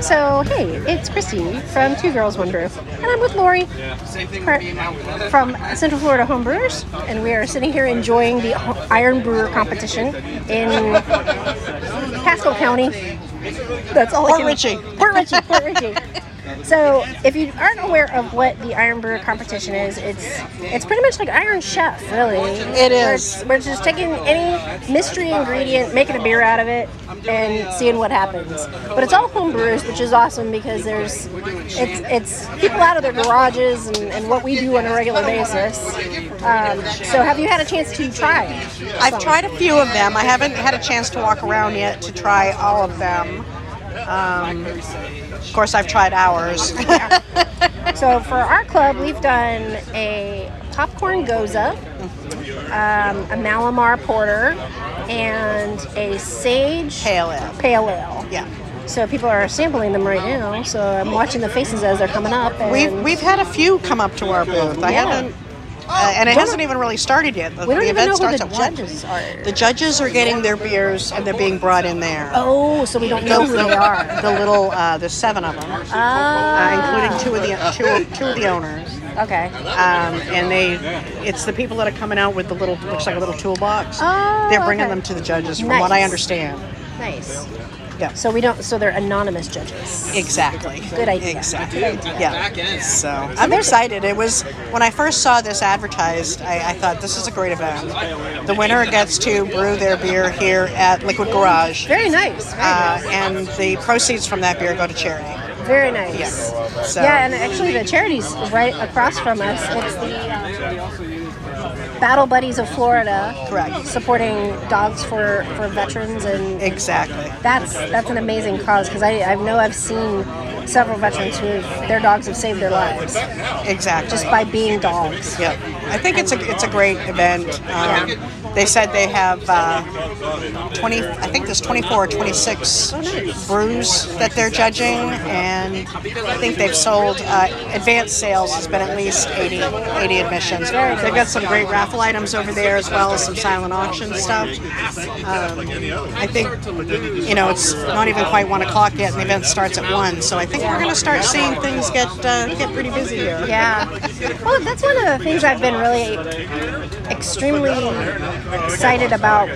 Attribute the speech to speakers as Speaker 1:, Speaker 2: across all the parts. Speaker 1: So, hey, it's Christine from Two Girls One Brew, and I'm with Lori her- from Central Florida Homebrewers, and we are sitting here enjoying the Iron Brewer competition in Pasco County. That's all. I
Speaker 2: Port
Speaker 1: can-
Speaker 2: Richey.
Speaker 1: Port Richey. Port Richey. So, if you aren't aware of what the Iron Brewer competition is, it's it's pretty much like Iron Chef, really.
Speaker 2: It
Speaker 1: Where
Speaker 2: is.
Speaker 1: it's- We're just taking any mystery ingredient, making a beer out of it, and seeing what happens. But it's all home brewers, which is awesome because there's it's it's people out of their garages and, and what we do on a regular basis. Um, so have you had a chance to try?
Speaker 2: I've tried a few of them. I haven't had a chance to walk around yet to try all of them. Um, of course, I've tried ours.
Speaker 1: So for our club, we've done a popcorn goza, um, a Malamar porter, and a sage
Speaker 2: Pale ale.
Speaker 1: Pale ale.
Speaker 2: yeah.
Speaker 1: So people are sampling them right now. So I'm watching the faces as they're coming up. And
Speaker 2: We've, we've had a few come up to our booth. I
Speaker 1: Yeah. Oh,
Speaker 2: haven't, uh, and it
Speaker 1: Don't-
Speaker 2: hasn't even really started yet. The,
Speaker 1: we don't
Speaker 2: the
Speaker 1: even
Speaker 2: event
Speaker 1: know who
Speaker 2: starts
Speaker 1: the
Speaker 2: at one.
Speaker 1: judges are.
Speaker 2: The judges are getting their beers and they're being brought in there.
Speaker 1: oh, so we don't know who they are.
Speaker 2: The little, uh, there's seven of them, uh,
Speaker 1: Ah,
Speaker 2: including two of the two, two of the owners.
Speaker 1: okay.
Speaker 2: um, and they it's the people that are coming out with the little looks like a little toolbox
Speaker 1: Oh,
Speaker 2: they're bringing
Speaker 1: okay.
Speaker 2: them to the judges from what i
Speaker 1: Nice.
Speaker 2: understand
Speaker 1: Nice.
Speaker 2: yeah
Speaker 1: So we don't. So they're anonymous judges.
Speaker 2: exactly
Speaker 1: Good idea.
Speaker 2: exactly
Speaker 1: Good idea.
Speaker 2: yeah so i'm excited it was when i first saw this advertised I, I thought this is a great event the winner gets to brew their beer here at liquid garage
Speaker 1: Very nice. Very
Speaker 2: uh,
Speaker 1: nice.
Speaker 2: and the proceeds from that beer go to charity
Speaker 1: Very nice.
Speaker 2: yeah so
Speaker 1: Yeah, and actually the charity's right across from us. It's the um, Battle Buddies of Florida,
Speaker 2: Correct.
Speaker 1: Supporting dogs for for veterans, and
Speaker 2: exactly
Speaker 1: that's that's an amazing cause because I I know I've seen several veterans who their dogs have saved their lives
Speaker 2: exactly
Speaker 1: just by being dogs.
Speaker 2: Yeah, I think it's a it's a great event. Um, They said they have uh, twenty. I think there's 24 or 26 brews that they're judging, and I think they've sold uh, advanced sales has been at least 80, 80 admissions. They've got some great raffle items over there as well as some silent auction stuff. Um, I think you know it's not even quite one o'clock yet, and the event starts at one. So I think we're going to start seeing things get uh, get pretty busy here.
Speaker 1: Yeah. Well, that's one of the things I've been really extremely excited about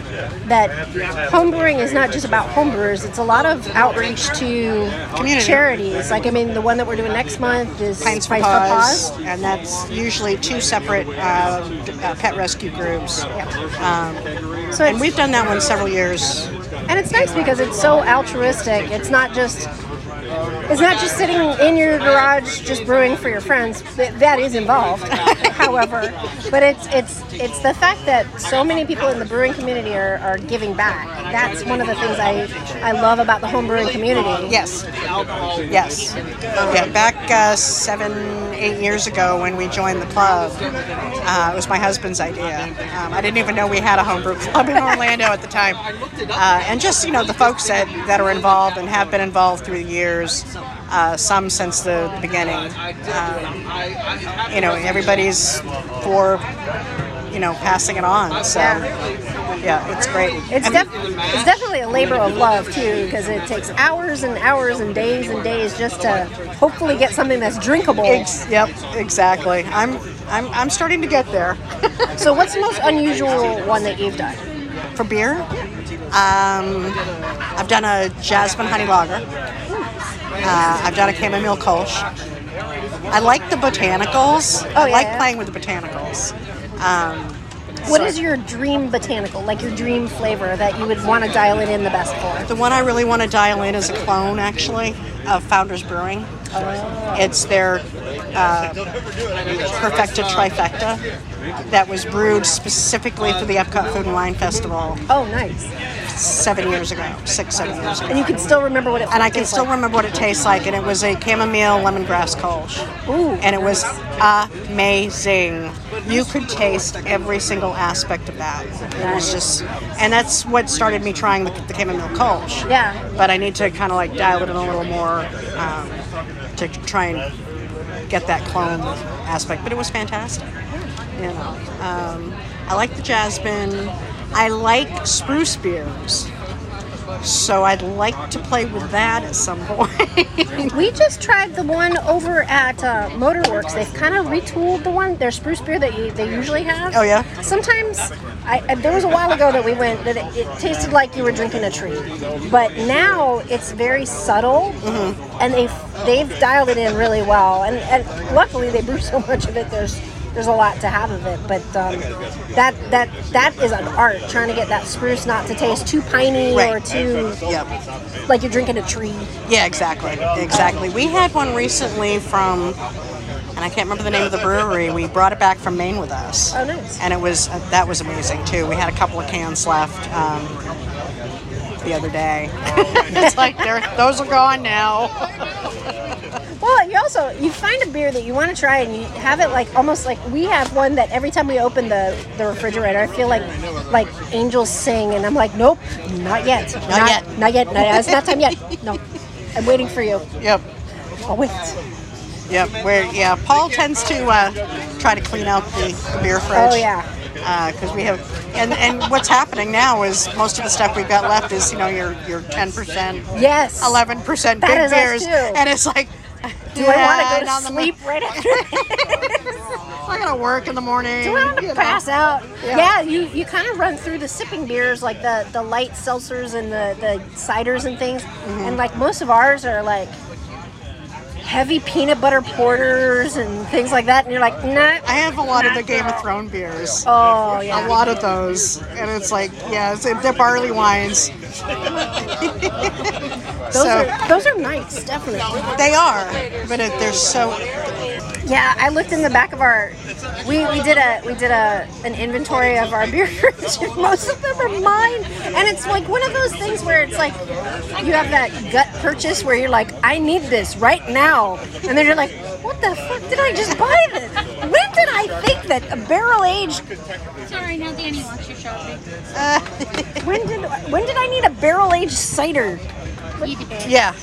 Speaker 1: that homebrewing is not just about homebrewers, it's a lot of outreach to
Speaker 2: Community.
Speaker 1: charities. Like, I mean, the one that we're doing next month is
Speaker 2: Pines for
Speaker 1: Pines
Speaker 2: Paws,
Speaker 1: Paws.
Speaker 2: and that's usually two separate uh, d- uh, pet rescue groups. Um,
Speaker 1: So
Speaker 2: and
Speaker 1: it's,
Speaker 2: we've done that one several years.
Speaker 1: and it's nice because it's so altruistic. It's not just. It's not just sitting in your garage just brewing for your friends. Th- That is involved, however, but it's it's it's the fact that so many people in the brewing community are, are giving back. That's one of the things I I love about the home brewing community.
Speaker 2: Yes, yes. Yeah, back uh, seven, eight years ago when we joined the club, uh, it was my husband's idea. Um, I didn't even know we had a homebrew club in Orlando at the time. Uh, and just you know the folks that, that are involved and have been involved through the years, uh, some since the, the beginning. Um, you know everybody's for you know passing it on so yeah, it's great
Speaker 1: It's,
Speaker 2: And-
Speaker 1: def- it's definitely a labor of love too, because it takes hours and hours and days and days just to hopefully get something that's drinkable.
Speaker 2: ex- yep exactly I'm, I'm i'm starting to get there
Speaker 1: So, what's the most unusual one that you've done?
Speaker 2: for beer um, i've done a jasmine honey lager uh, i've done a chamomile kolsch i like the botanicals
Speaker 1: Oh,
Speaker 2: i
Speaker 1: yeah,
Speaker 2: like
Speaker 1: yeah.
Speaker 2: playing with the botanicals um,
Speaker 1: What is your dream botanical, like your dream flavor that you would want to dial it in the best for?
Speaker 2: The one I really want to dial in is a clone, actually, of Founders Brewing. It's their uh, perfecta trifecta that was brewed specifically for the Epcot Food and Wine Festival
Speaker 1: Oh, nice.
Speaker 2: seven years ago, six, seven years ago.
Speaker 1: And you can still remember what it
Speaker 2: And I can
Speaker 1: tastes
Speaker 2: still
Speaker 1: like.
Speaker 2: remember what it tastes like, and it was a chamomile lemongrass kolsch.
Speaker 1: Ooh.
Speaker 2: And it was amazing. You could taste every single aspect of that. It was just, and that's what started me trying the, the chamomile kolsch.
Speaker 1: Yeah.
Speaker 2: But I need to kind of like dial it in a little more um, to try and get that clone aspect. But it was fantastic. You know, um, I like the jasmine. I like spruce beers. So I'd like to play with that at some point.
Speaker 1: We just tried the one over at uh, Motorworks. They've kind of retooled the one, their spruce beer that you, they usually have.
Speaker 2: Oh, yeah?
Speaker 1: Sometimes, I, I- there was a while ago that we went that it, it tasted like you were drinking a tree, but now it's very subtle,
Speaker 2: Mm-hmm.
Speaker 1: and they they've dialed it in really well. And, and luckily, they brew so much of it. There's there's a lot to have of it, but um, that that that is an art trying to get that spruce not to taste too piney or
Speaker 2: Right.
Speaker 1: too
Speaker 2: yep.
Speaker 1: like you're drinking a tree.
Speaker 2: Yeah, exactly. Exactly. We had one recently from, and I can't remember the name of the brewery. We brought it back from Maine with us.
Speaker 1: Oh, nice.
Speaker 2: And it was, that was amazing too. We had a couple of cans left um, the other day. it's like, they're, those are gone now.
Speaker 1: Well, you also you find a beer that you want to try and you have it like almost like we have one that every time we open the, the refrigerator, I feel like like angels sing, and I'm like, nope, not yet, not,
Speaker 2: yet.
Speaker 1: not yet, not, it's not time yet. No, I'm waiting for you.
Speaker 2: Yep.
Speaker 1: I'll wait.
Speaker 2: Yep. Where, yeah, Paul tends to uh, try to clean out the, the beer fridge.
Speaker 1: Oh yeah,
Speaker 2: because we have and, and what's happening now is most of the stuff we've got left is you know your your 10%
Speaker 1: yes. That
Speaker 2: 11% good
Speaker 1: is us
Speaker 2: beers
Speaker 1: too.
Speaker 2: and it's like
Speaker 1: Do I
Speaker 2: yeah, down
Speaker 1: want to go
Speaker 2: the mo-
Speaker 1: to sleep right after?
Speaker 2: I gotta work in the morning
Speaker 1: Do I want to
Speaker 2: you know.
Speaker 1: pass out?
Speaker 2: Yeah.
Speaker 1: Yeah, you, you kind of run through the sipping beers, like the, the light seltzers and the, the ciders and things.
Speaker 2: Mm-hmm.
Speaker 1: And like most of ours are like heavy peanut butter porters and things like that. And you're like, nah.
Speaker 2: I have a lot of the Game of Thrones beers
Speaker 1: Oh,
Speaker 2: a
Speaker 1: yeah.
Speaker 2: lot of those and it's like yeah it's, they're barley wines
Speaker 1: Those,
Speaker 2: so
Speaker 1: are, those are nice, definitely.
Speaker 2: they are but it, they're so
Speaker 1: Yeah, I looked in the back of our. We, we did a we did a an inventory of our beer. Most of them are mine, and it's like one of those things where it's like you have that gut purchase where you're like, I need this right now, and then you're like, What the fuck did I just buy this? When did I think that a barrel aged?
Speaker 3: Sorry, now Danny wants your shopping.
Speaker 1: When did when did I need a barrel aged cider?
Speaker 3: You did.
Speaker 2: yeah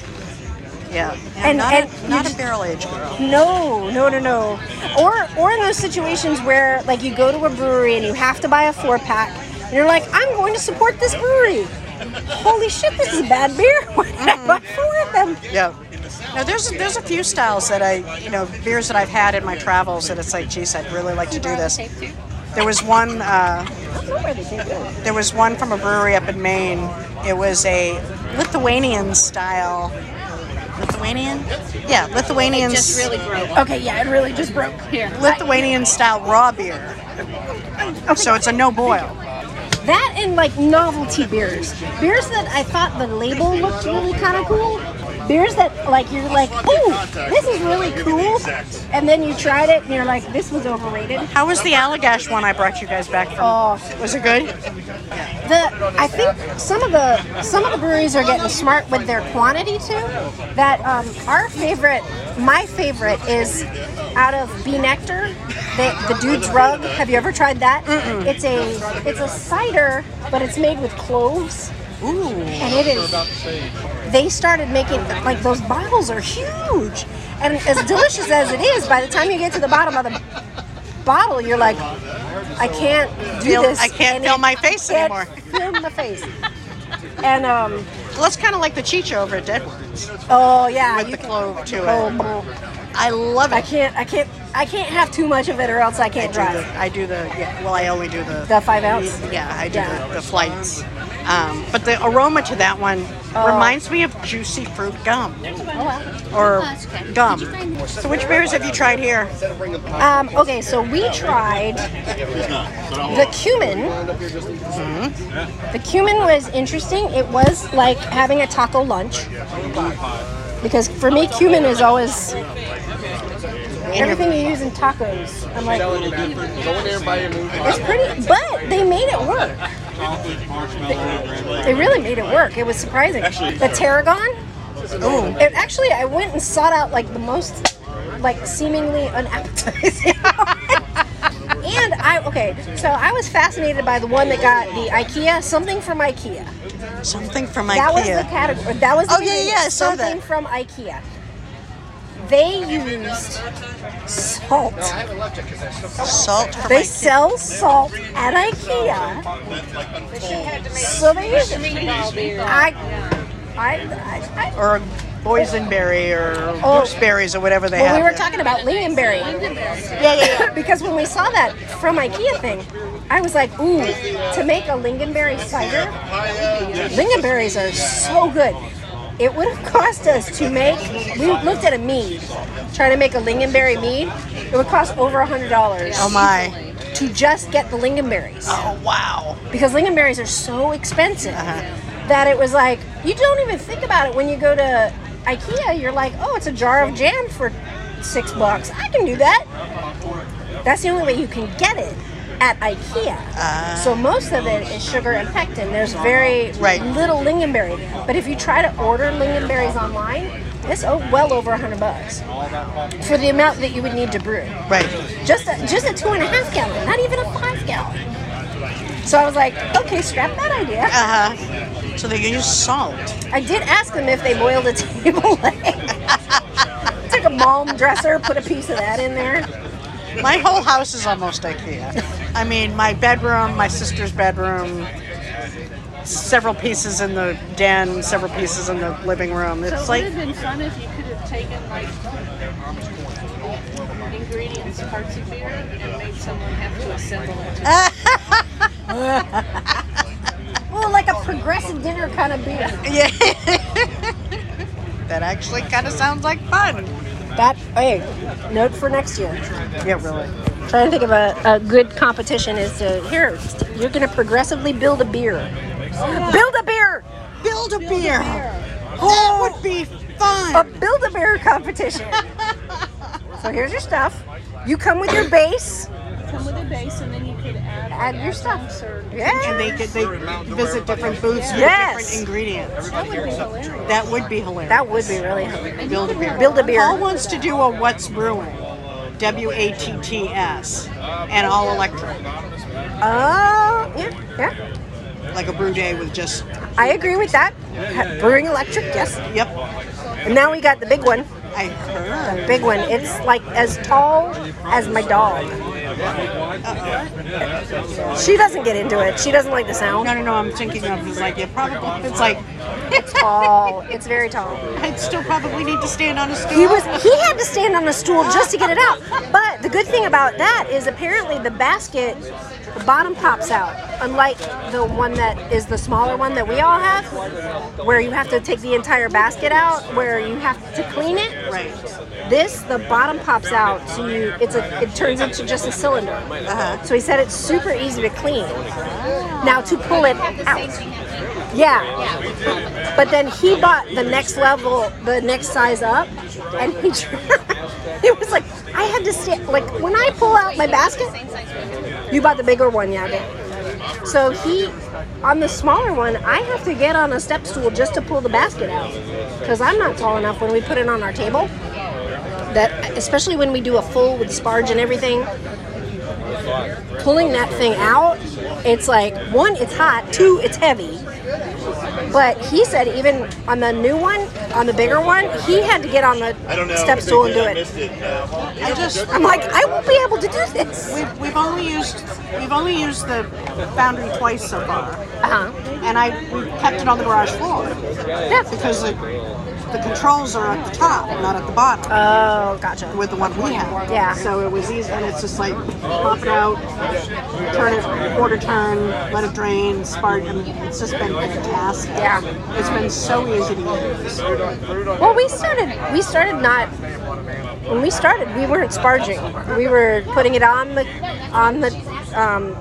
Speaker 2: yeah, yeah
Speaker 1: And-
Speaker 2: not,
Speaker 1: and
Speaker 2: a,
Speaker 1: you
Speaker 2: not a
Speaker 1: just-
Speaker 2: barrel aged girl
Speaker 1: No, no, no, no. Or or in those situations where like you go to a brewery and you have to buy a four pack, and you're like, I'm going to support this brewery. Holy shit, this is a bad beer. Why did I buy four of them?
Speaker 2: Yeah. No, there's there's a few styles that I you know beers that I've had in my travels that it's like, geez, I'd really like to do this. Oh,
Speaker 3: Safe too.
Speaker 2: There was one uh,
Speaker 1: I don't know where they came from.
Speaker 2: there was one from a brewery up in Maine. It was a Lithuanian style. Lithuanian? Yeah, Lithuanian.
Speaker 3: Just really grow up.
Speaker 1: Okay, yeah, it really just broke.
Speaker 3: Here.
Speaker 2: Lithuanian style raw beer. So it's a no boil.
Speaker 1: That and like novelty beers, beers that I thought the label looked really kind of cool. Beers that like you're like, oh, this is really cool, and then you tried it and you're like, this was overrated.
Speaker 2: How was the Allagash one I brought you guys back from?
Speaker 1: Oh,
Speaker 2: Was it good?
Speaker 1: the I think some of the some of the breweries are getting smart with their quantity too. That um, our favorite, my favorite is out of Bee Nectar, they, the Dude's Rug. Have you ever tried that? It's a it's a cider, but it's made with cloves.
Speaker 2: Ooh.
Speaker 1: And it is. They started making like those bottles are huge, and as delicious as it is, by the time you get to the bottom of the bottle, you're like, I can't do
Speaker 2: Feel-
Speaker 1: this.
Speaker 2: I can't
Speaker 1: and
Speaker 2: feel
Speaker 1: it-
Speaker 2: my face
Speaker 1: can't
Speaker 2: anymore.
Speaker 1: Feel my face. And um,
Speaker 2: Well, that's kind of like the chicha over at Deadwood
Speaker 1: oh yeah,
Speaker 2: with
Speaker 1: you
Speaker 2: the
Speaker 1: can-
Speaker 2: clove to
Speaker 1: oh,
Speaker 2: it.
Speaker 1: oh.
Speaker 2: I love it.
Speaker 1: I can't, I can't, I can't have too much of it, or else I can't
Speaker 2: do
Speaker 1: drive.
Speaker 2: the- I do the yeah, well. I only do the
Speaker 1: The five ounce?
Speaker 2: Yeah, I do
Speaker 1: Yeah.
Speaker 2: The, the flights. Um, but the aroma to that one
Speaker 1: Oh.
Speaker 2: reminds me of juicy fruit gum or
Speaker 3: Oh, that's okay.
Speaker 2: gum.
Speaker 3: Did you find this?
Speaker 2: So which beers have you tried here?
Speaker 1: Um, okay, so we tried the cumin. The cumin was interesting. It was like having a taco lunch. Because for me, cumin is always everything you use in tacos. I'm like, it's pretty, but they made it work. They really made it work. It was surprising. The tarragon.
Speaker 2: Oh,
Speaker 1: It, actually, I went and sought out like the most, like seemingly unappetizing. one. and I okay, so I was fascinated by the one that got the IKEA something from IKEA.
Speaker 2: something from
Speaker 1: That was the
Speaker 2: IKEA.
Speaker 1: category. That was the
Speaker 2: Oh, yeah, yeah, I saw
Speaker 1: something
Speaker 2: that.
Speaker 1: from IKEA. they used salt.
Speaker 2: Salt for
Speaker 1: They
Speaker 2: my
Speaker 1: sell salt at IKEA. So they use it. I, I, I, I
Speaker 2: or boysenberry or
Speaker 1: Oh.
Speaker 2: gooseberries or whatever they
Speaker 1: well,
Speaker 2: have.
Speaker 1: we were
Speaker 2: there.
Speaker 1: talking about lingonberry.
Speaker 2: yeah, yeah, yeah.
Speaker 1: because when we saw that from IKEA thing, I was like, ooh, to make a lingonberry cider, lingonberries are so good. It would have cost us to make, we looked at a mead, trying to make a lingonberry mead. It would cost over a $100
Speaker 2: Oh my!
Speaker 1: to just get the lingonberries
Speaker 2: Oh wow!
Speaker 1: because lingonberries are so expensive that it was like you don't even think about it when you go to IKEA. You're like, oh, it's a jar of jam for six bucks. I can do that. That's the only way you can get it at IKEA. so most of it is sugar and pectin. There's very
Speaker 2: Right.
Speaker 1: little lingonberry. But if you try to order lingonberries online, it's oh, well over a hundred bucks for the amount that you would need to brew
Speaker 2: Right.
Speaker 1: just a, just a two and a half gallon, not even a five gallon. So I was like, okay, scrap that idea.
Speaker 2: Uh huh. So they use salt.
Speaker 1: I did ask them if they boiled a table leg. Took a malm dresser, put a piece of that in there.
Speaker 2: My whole house is almost IKEA. I mean, my bedroom, my sister's bedroom, several pieces in the den, several pieces in the living room. It's
Speaker 4: So it
Speaker 2: like
Speaker 4: would have been fun if you could have taken like ingredients, parts of beer, and made someone have to assemble it. to-
Speaker 1: Well, like a progressive dinner kind of beer.
Speaker 2: yeah. that actually kind of sounds like fun.
Speaker 1: That hey, note for next year.
Speaker 2: Yeah, really.
Speaker 1: Trying to think of a, a good competition is to here. You're gonna progressively build a beer. Build a beer.
Speaker 2: Build a beer. That would be
Speaker 1: a
Speaker 2: fun.
Speaker 1: build a bear competition. so here's your stuff. You come with your base.
Speaker 4: Come with a base, and then you could add,
Speaker 1: Add your stuff.
Speaker 4: adjuncts or
Speaker 2: And
Speaker 1: Yeah.
Speaker 2: they get they visit different booths with
Speaker 1: Yes.
Speaker 2: different ingredients.
Speaker 4: that would be hilarious.
Speaker 2: That
Speaker 1: That would
Speaker 2: would be hilarious.
Speaker 1: be really hungry.
Speaker 2: build a beer.
Speaker 1: Build a
Speaker 2: Paul
Speaker 1: beer.
Speaker 2: wants to do a what's brewing, W A T T S, and all electric,
Speaker 1: Oh, yeah, yeah.
Speaker 2: like a brew day with just
Speaker 1: I agree with that. Brewing electric, yes.
Speaker 2: yep.
Speaker 1: And now we got the big one.
Speaker 2: I heard.
Speaker 1: Big one. It's like as tall as my dog. She doesn't get into it. She doesn't like the sound.
Speaker 2: No, no, no. I'm thinking of it's like it probably. It's like
Speaker 1: It's tall. It's very tall.
Speaker 2: I'd still probably need to stand on a stool.
Speaker 1: He was he had to stand on a stool just to get it out. But the good thing about that is apparently the basket the bottom pops out, unlike the one that is the smaller one that we all have, where you have to take the entire basket out, where you have to clean it.
Speaker 2: right.
Speaker 1: This the bottom pops out, so you it's a it turns into just a cylinder.
Speaker 2: Uh-huh.
Speaker 1: So he said it's super easy to clean. Now to pull it
Speaker 3: Have the same
Speaker 1: out.
Speaker 3: thing happen.
Speaker 1: Yeah.
Speaker 3: Yeah, with almonds.
Speaker 1: But then he bought the next level, the next size up, and he it was like I had to stand like when I pull out my basket.
Speaker 3: Same size with-
Speaker 1: You bought the bigger one, yeah. I did. So he on the smaller one, I have to get on a step stool just to pull the basket out because I'm not tall enough when we put it on our table. That especially when we do a full with sparge and everything. Pulling that thing out, it's like one, it's hot, two, it's heavy. But he said even on the new one, on the bigger one, he had to get on the
Speaker 5: I don't know.
Speaker 1: step stool and do it.
Speaker 2: I just
Speaker 1: I'm like, I won't be able to do this.
Speaker 2: we've, we've only used we've only used the foundry twice so far.
Speaker 1: Uh huh.
Speaker 2: and I we kept it on the garage floor. Yeah, because the, the controls are at the top, not at the bottom,
Speaker 1: Oh, gotcha.
Speaker 2: with the one we have.
Speaker 1: Yeah.
Speaker 2: So it was easy, and it's just like pop it out, turn it quarter turn, let it drain, spark, and it's just been fantastic.
Speaker 1: Yeah.
Speaker 2: It's been so easy to use.
Speaker 1: Well, we started. We started not. When we started, we weren't sparging. We were putting it on the on the um,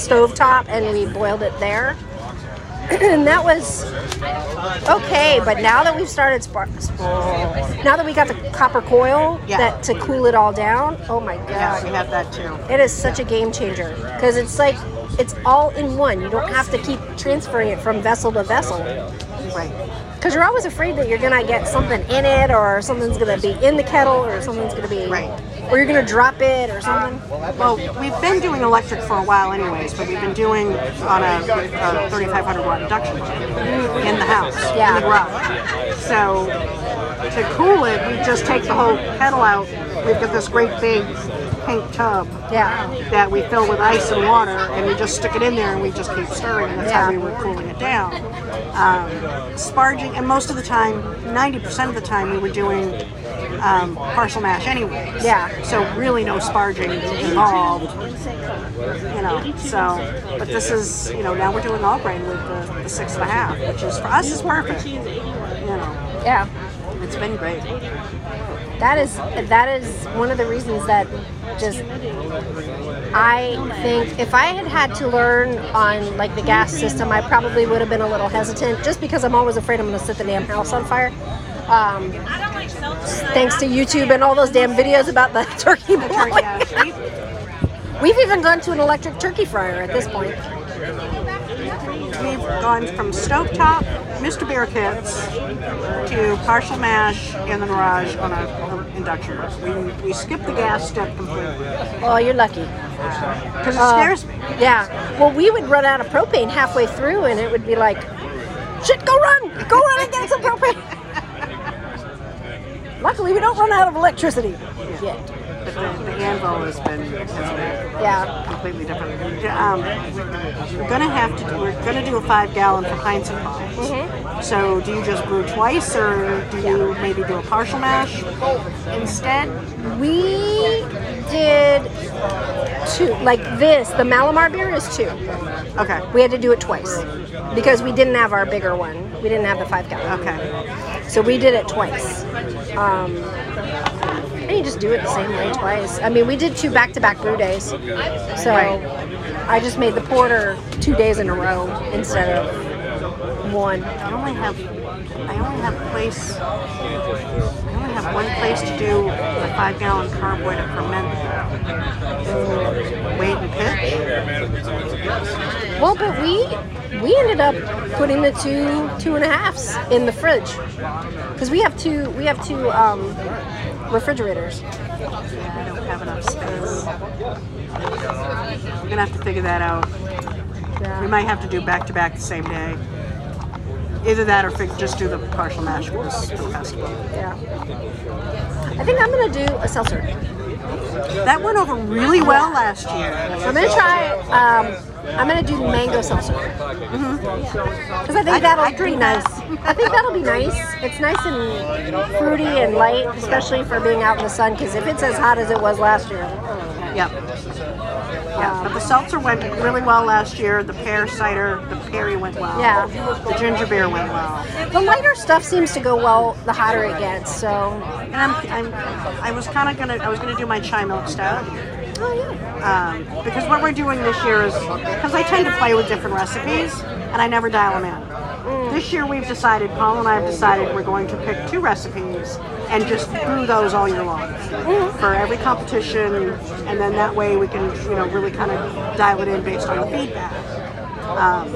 Speaker 1: stove top, and we boiled it there. and that was okay. But now that we've started spar- now that we got the copper coil
Speaker 2: Yeah.
Speaker 1: that to cool it all down. Oh my
Speaker 2: Yeah, we
Speaker 1: god,
Speaker 2: have that too.
Speaker 1: it is such a game changer because it's like it's all in one. You don't have to keep transferring it from vessel to vessel.
Speaker 2: Right.
Speaker 1: Because you're always afraid that you're gonna get something in it, or something's gonna be in the kettle, or something's gonna be,
Speaker 2: Right.
Speaker 1: or you're gonna drop it, or something.
Speaker 2: Well, we've been doing electric for a while, anyways, but we've been doing on a, a 3,500 watt induction in the house, in
Speaker 1: Yeah.
Speaker 2: the garage. So to cool it, we just take the whole kettle out. We've got this great big pink tub
Speaker 1: Yeah.
Speaker 2: that we fill with ice and water, and we just stick it in there and we just keep stirring, and that's how
Speaker 1: Yeah.
Speaker 2: we were cooling it down. Um, sparging, and most of the time, 90% of the time, we were doing um, parcel mash anyway.
Speaker 1: Yeah.
Speaker 2: So really no sparging involved, you know. So, but this is, you know, now we're doing all grain with the, the six and a half, which is for us is perfect. You know,
Speaker 1: Yeah.
Speaker 2: it's been great.
Speaker 1: That is that is one of the reasons that just I think if I had had to learn on like the gas system, I probably would have been a little hesitant just because I'm always afraid I'm going to set the damn house on fire. Um, thanks to YouTube and all those damn videos about the turkey boil.
Speaker 2: Yeah, we-
Speaker 1: We've even gone to an electric turkey fryer at this point.
Speaker 2: We've gone from stovetop, Mr. Bear Kits, to partial mash and the Mirage on an induction. We, we skipped the gas step completely
Speaker 1: Oh, you're lucky.
Speaker 2: because it scares me.
Speaker 1: Yeah. Well, we would run out of propane halfway through, and it would be like, shit, go run, go run and get some propane. Luckily, we don't run out of electricity yet.
Speaker 2: But the, the anvil has been, has been
Speaker 1: Yeah.
Speaker 2: completely different. Um, we're gonna have to. do- We're gonna do a five gallon for pints and bottles.
Speaker 1: Mm-hmm.
Speaker 2: So do you just brew twice, or do you maybe do a partial mash instead?
Speaker 1: We did two, like this. The Malamar beer is two.
Speaker 2: Okay.
Speaker 1: We had to do it twice because we didn't have our bigger one. We didn't have the five gallon.
Speaker 2: Okay.
Speaker 1: So we did it twice. Um, and you just do it the same way twice. I mean, we did two back-to-back brew days, so I just made the porter two days in a row instead of one.
Speaker 2: I only have I only have place I only have one place to do a five gallon carboy to ferment weight and pitch.
Speaker 1: Well, but we we ended up putting the two two and a halfs in the fridge because we have two we have two um, refrigerators.
Speaker 2: I don't have enough space. We're gonna have to figure that out. We might have to do back to back the same day. Either that or fig- just do the partial mash for this for the festival.
Speaker 1: Yeah. I think I'm gonna do a seltzer.
Speaker 2: That went over really well last year.
Speaker 1: I'm gonna try. Um, I'm gonna do mango seltzer because I think that'll
Speaker 2: I drink
Speaker 1: be nice. I think that'll be nice. It's nice and fruity and light, especially for being out in the sun. Because if it's as hot as it was last year,
Speaker 2: Yep. Yeah, but the seltzer went really well last year. The pear cider, the perry went well.
Speaker 1: Yeah.
Speaker 2: The ginger beer went well.
Speaker 1: the lighter stuff seems to go well the hotter it gets. So,
Speaker 2: And I'm, I'm I was kind of gonna I was gonna do my chai milk stout
Speaker 1: oh yeah,
Speaker 2: um, because what we're doing this year is because I tend to play with different recipes and I never dial them in. This year we've decided Paul and I have decided we're going to pick two recipes and just brew those all year long for every competition, and then that way we can you know really kind of dial it in based on the feedback. Um,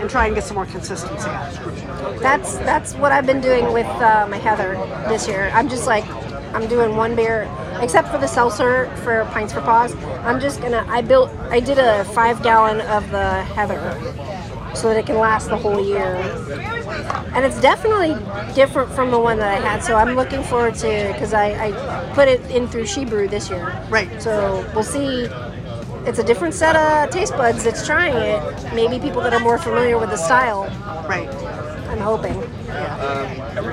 Speaker 2: and try and get some more consistency out of it.
Speaker 1: that's that's what I've been doing with uh, my Heather this year. I'm just like, I'm doing one beer, except for the seltzer for Pints for Paws. I'm just gonna. I built. I did a five gallon of the Heather. so that it can last the whole year. And it's definitely different from the one that I had, so I'm looking forward to because I, I put it in through She Brew this year.
Speaker 2: Right.
Speaker 1: So we'll see. It's a different set of taste buds that's trying it. Maybe people that are more familiar with the style.
Speaker 2: Right.
Speaker 1: I'm hoping.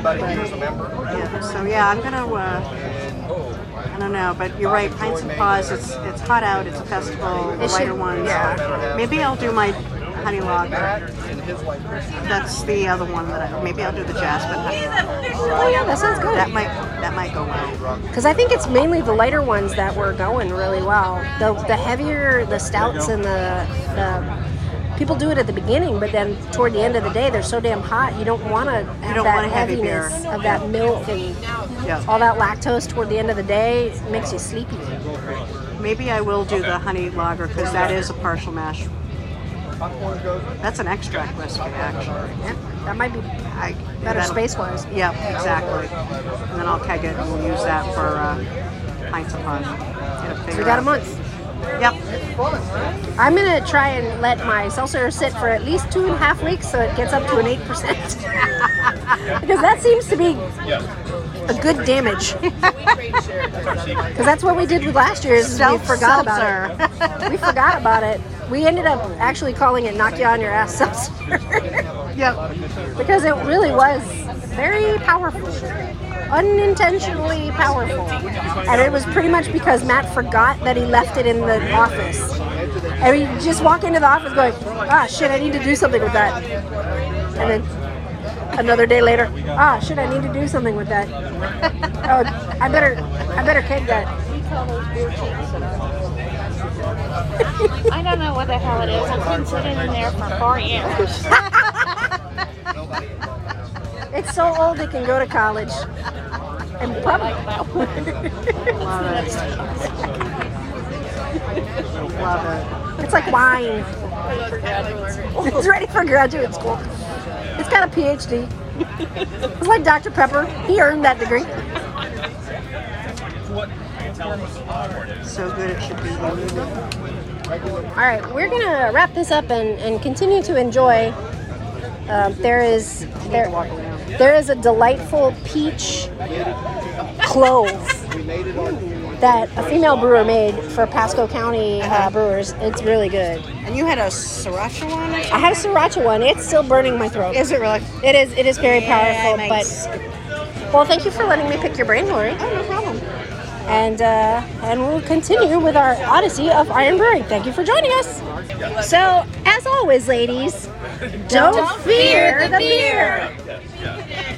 Speaker 2: Yeah, so yeah, I'm gonna. Uh, I don't know, but you're right. Pints and Paws. It's it's hot out. It's a festival. The
Speaker 1: It should-
Speaker 2: lighter ones.
Speaker 1: yeah.
Speaker 2: Maybe I'll do my honey lager. That's the other one that I. Maybe I'll do the jasmine. Honey lager.
Speaker 1: Oh yeah, that sounds
Speaker 2: That
Speaker 1: good.
Speaker 2: might that might go well.
Speaker 1: Because I think it's mainly the lighter ones that were going really well. The the heavier the stouts and the the people do it at the beginning, but then toward the end of the day, they're so damn hot. You don't want to have
Speaker 2: don't want
Speaker 1: that
Speaker 2: a heavy beer.
Speaker 1: heaviness of that milk and
Speaker 2: Yeah.
Speaker 1: all that lactose toward the end of the day makes you sleepy.
Speaker 2: Maybe I will do the honey lager because that is a partial mash. That's an extract recipe actually.
Speaker 1: Yeah, that might be
Speaker 2: I,
Speaker 1: better
Speaker 2: that'll-
Speaker 1: space wise.
Speaker 2: Yeah, exactly. And then I'll keg it and we'll use that for uh, pints of punch.
Speaker 1: We got a month.
Speaker 2: Yep.
Speaker 1: I'm gonna try and let my seltzer sit for at least two and a half weeks so it gets up to an eight percent. because that seems to be a good damage. Because that's what we did with last year's. is We
Speaker 2: Self-
Speaker 1: forgot about it. We forgot about it. We ended up actually calling it "knock you on your ass" seltzer
Speaker 2: Yep.
Speaker 1: because it really was very powerful, unintentionally powerful. And it was pretty much because Matt forgot that he left it in the office. And we just walk into the office going, ah, shit, I need to do something with that. And then another day later, ah, shit, I need to do something with that. Oh, I better, I better keg that.
Speaker 3: I don't know what the hell it is. I've been sitting in there for four years.
Speaker 1: It's so old it can go to college. And probably.
Speaker 2: Love
Speaker 1: It's like wine. It's ready for graduate school. It's got a PhD. It's like Dr. Pepper. He earned that degree.
Speaker 2: it. So good it should be loaded.
Speaker 1: All right, we're gonna wrap this up and, and continue to enjoy. Um, there is there, there is a delightful peach clove that a female brewer made for Pasco County uh, brewers. It's really good.
Speaker 2: And you had a sriracha one? or
Speaker 1: I had a sriracha one. It's still burning my throat.
Speaker 2: something? Is it really?
Speaker 1: It is. It is very powerful.
Speaker 2: Yeah, nice.
Speaker 1: But well, thank you for letting me pick your brain, Lori. Oh, no problem. And uh, and we'll continue with our odyssey of Iron Brewing. Thank you for joining us. So, as always, ladies, don't, fear the beer.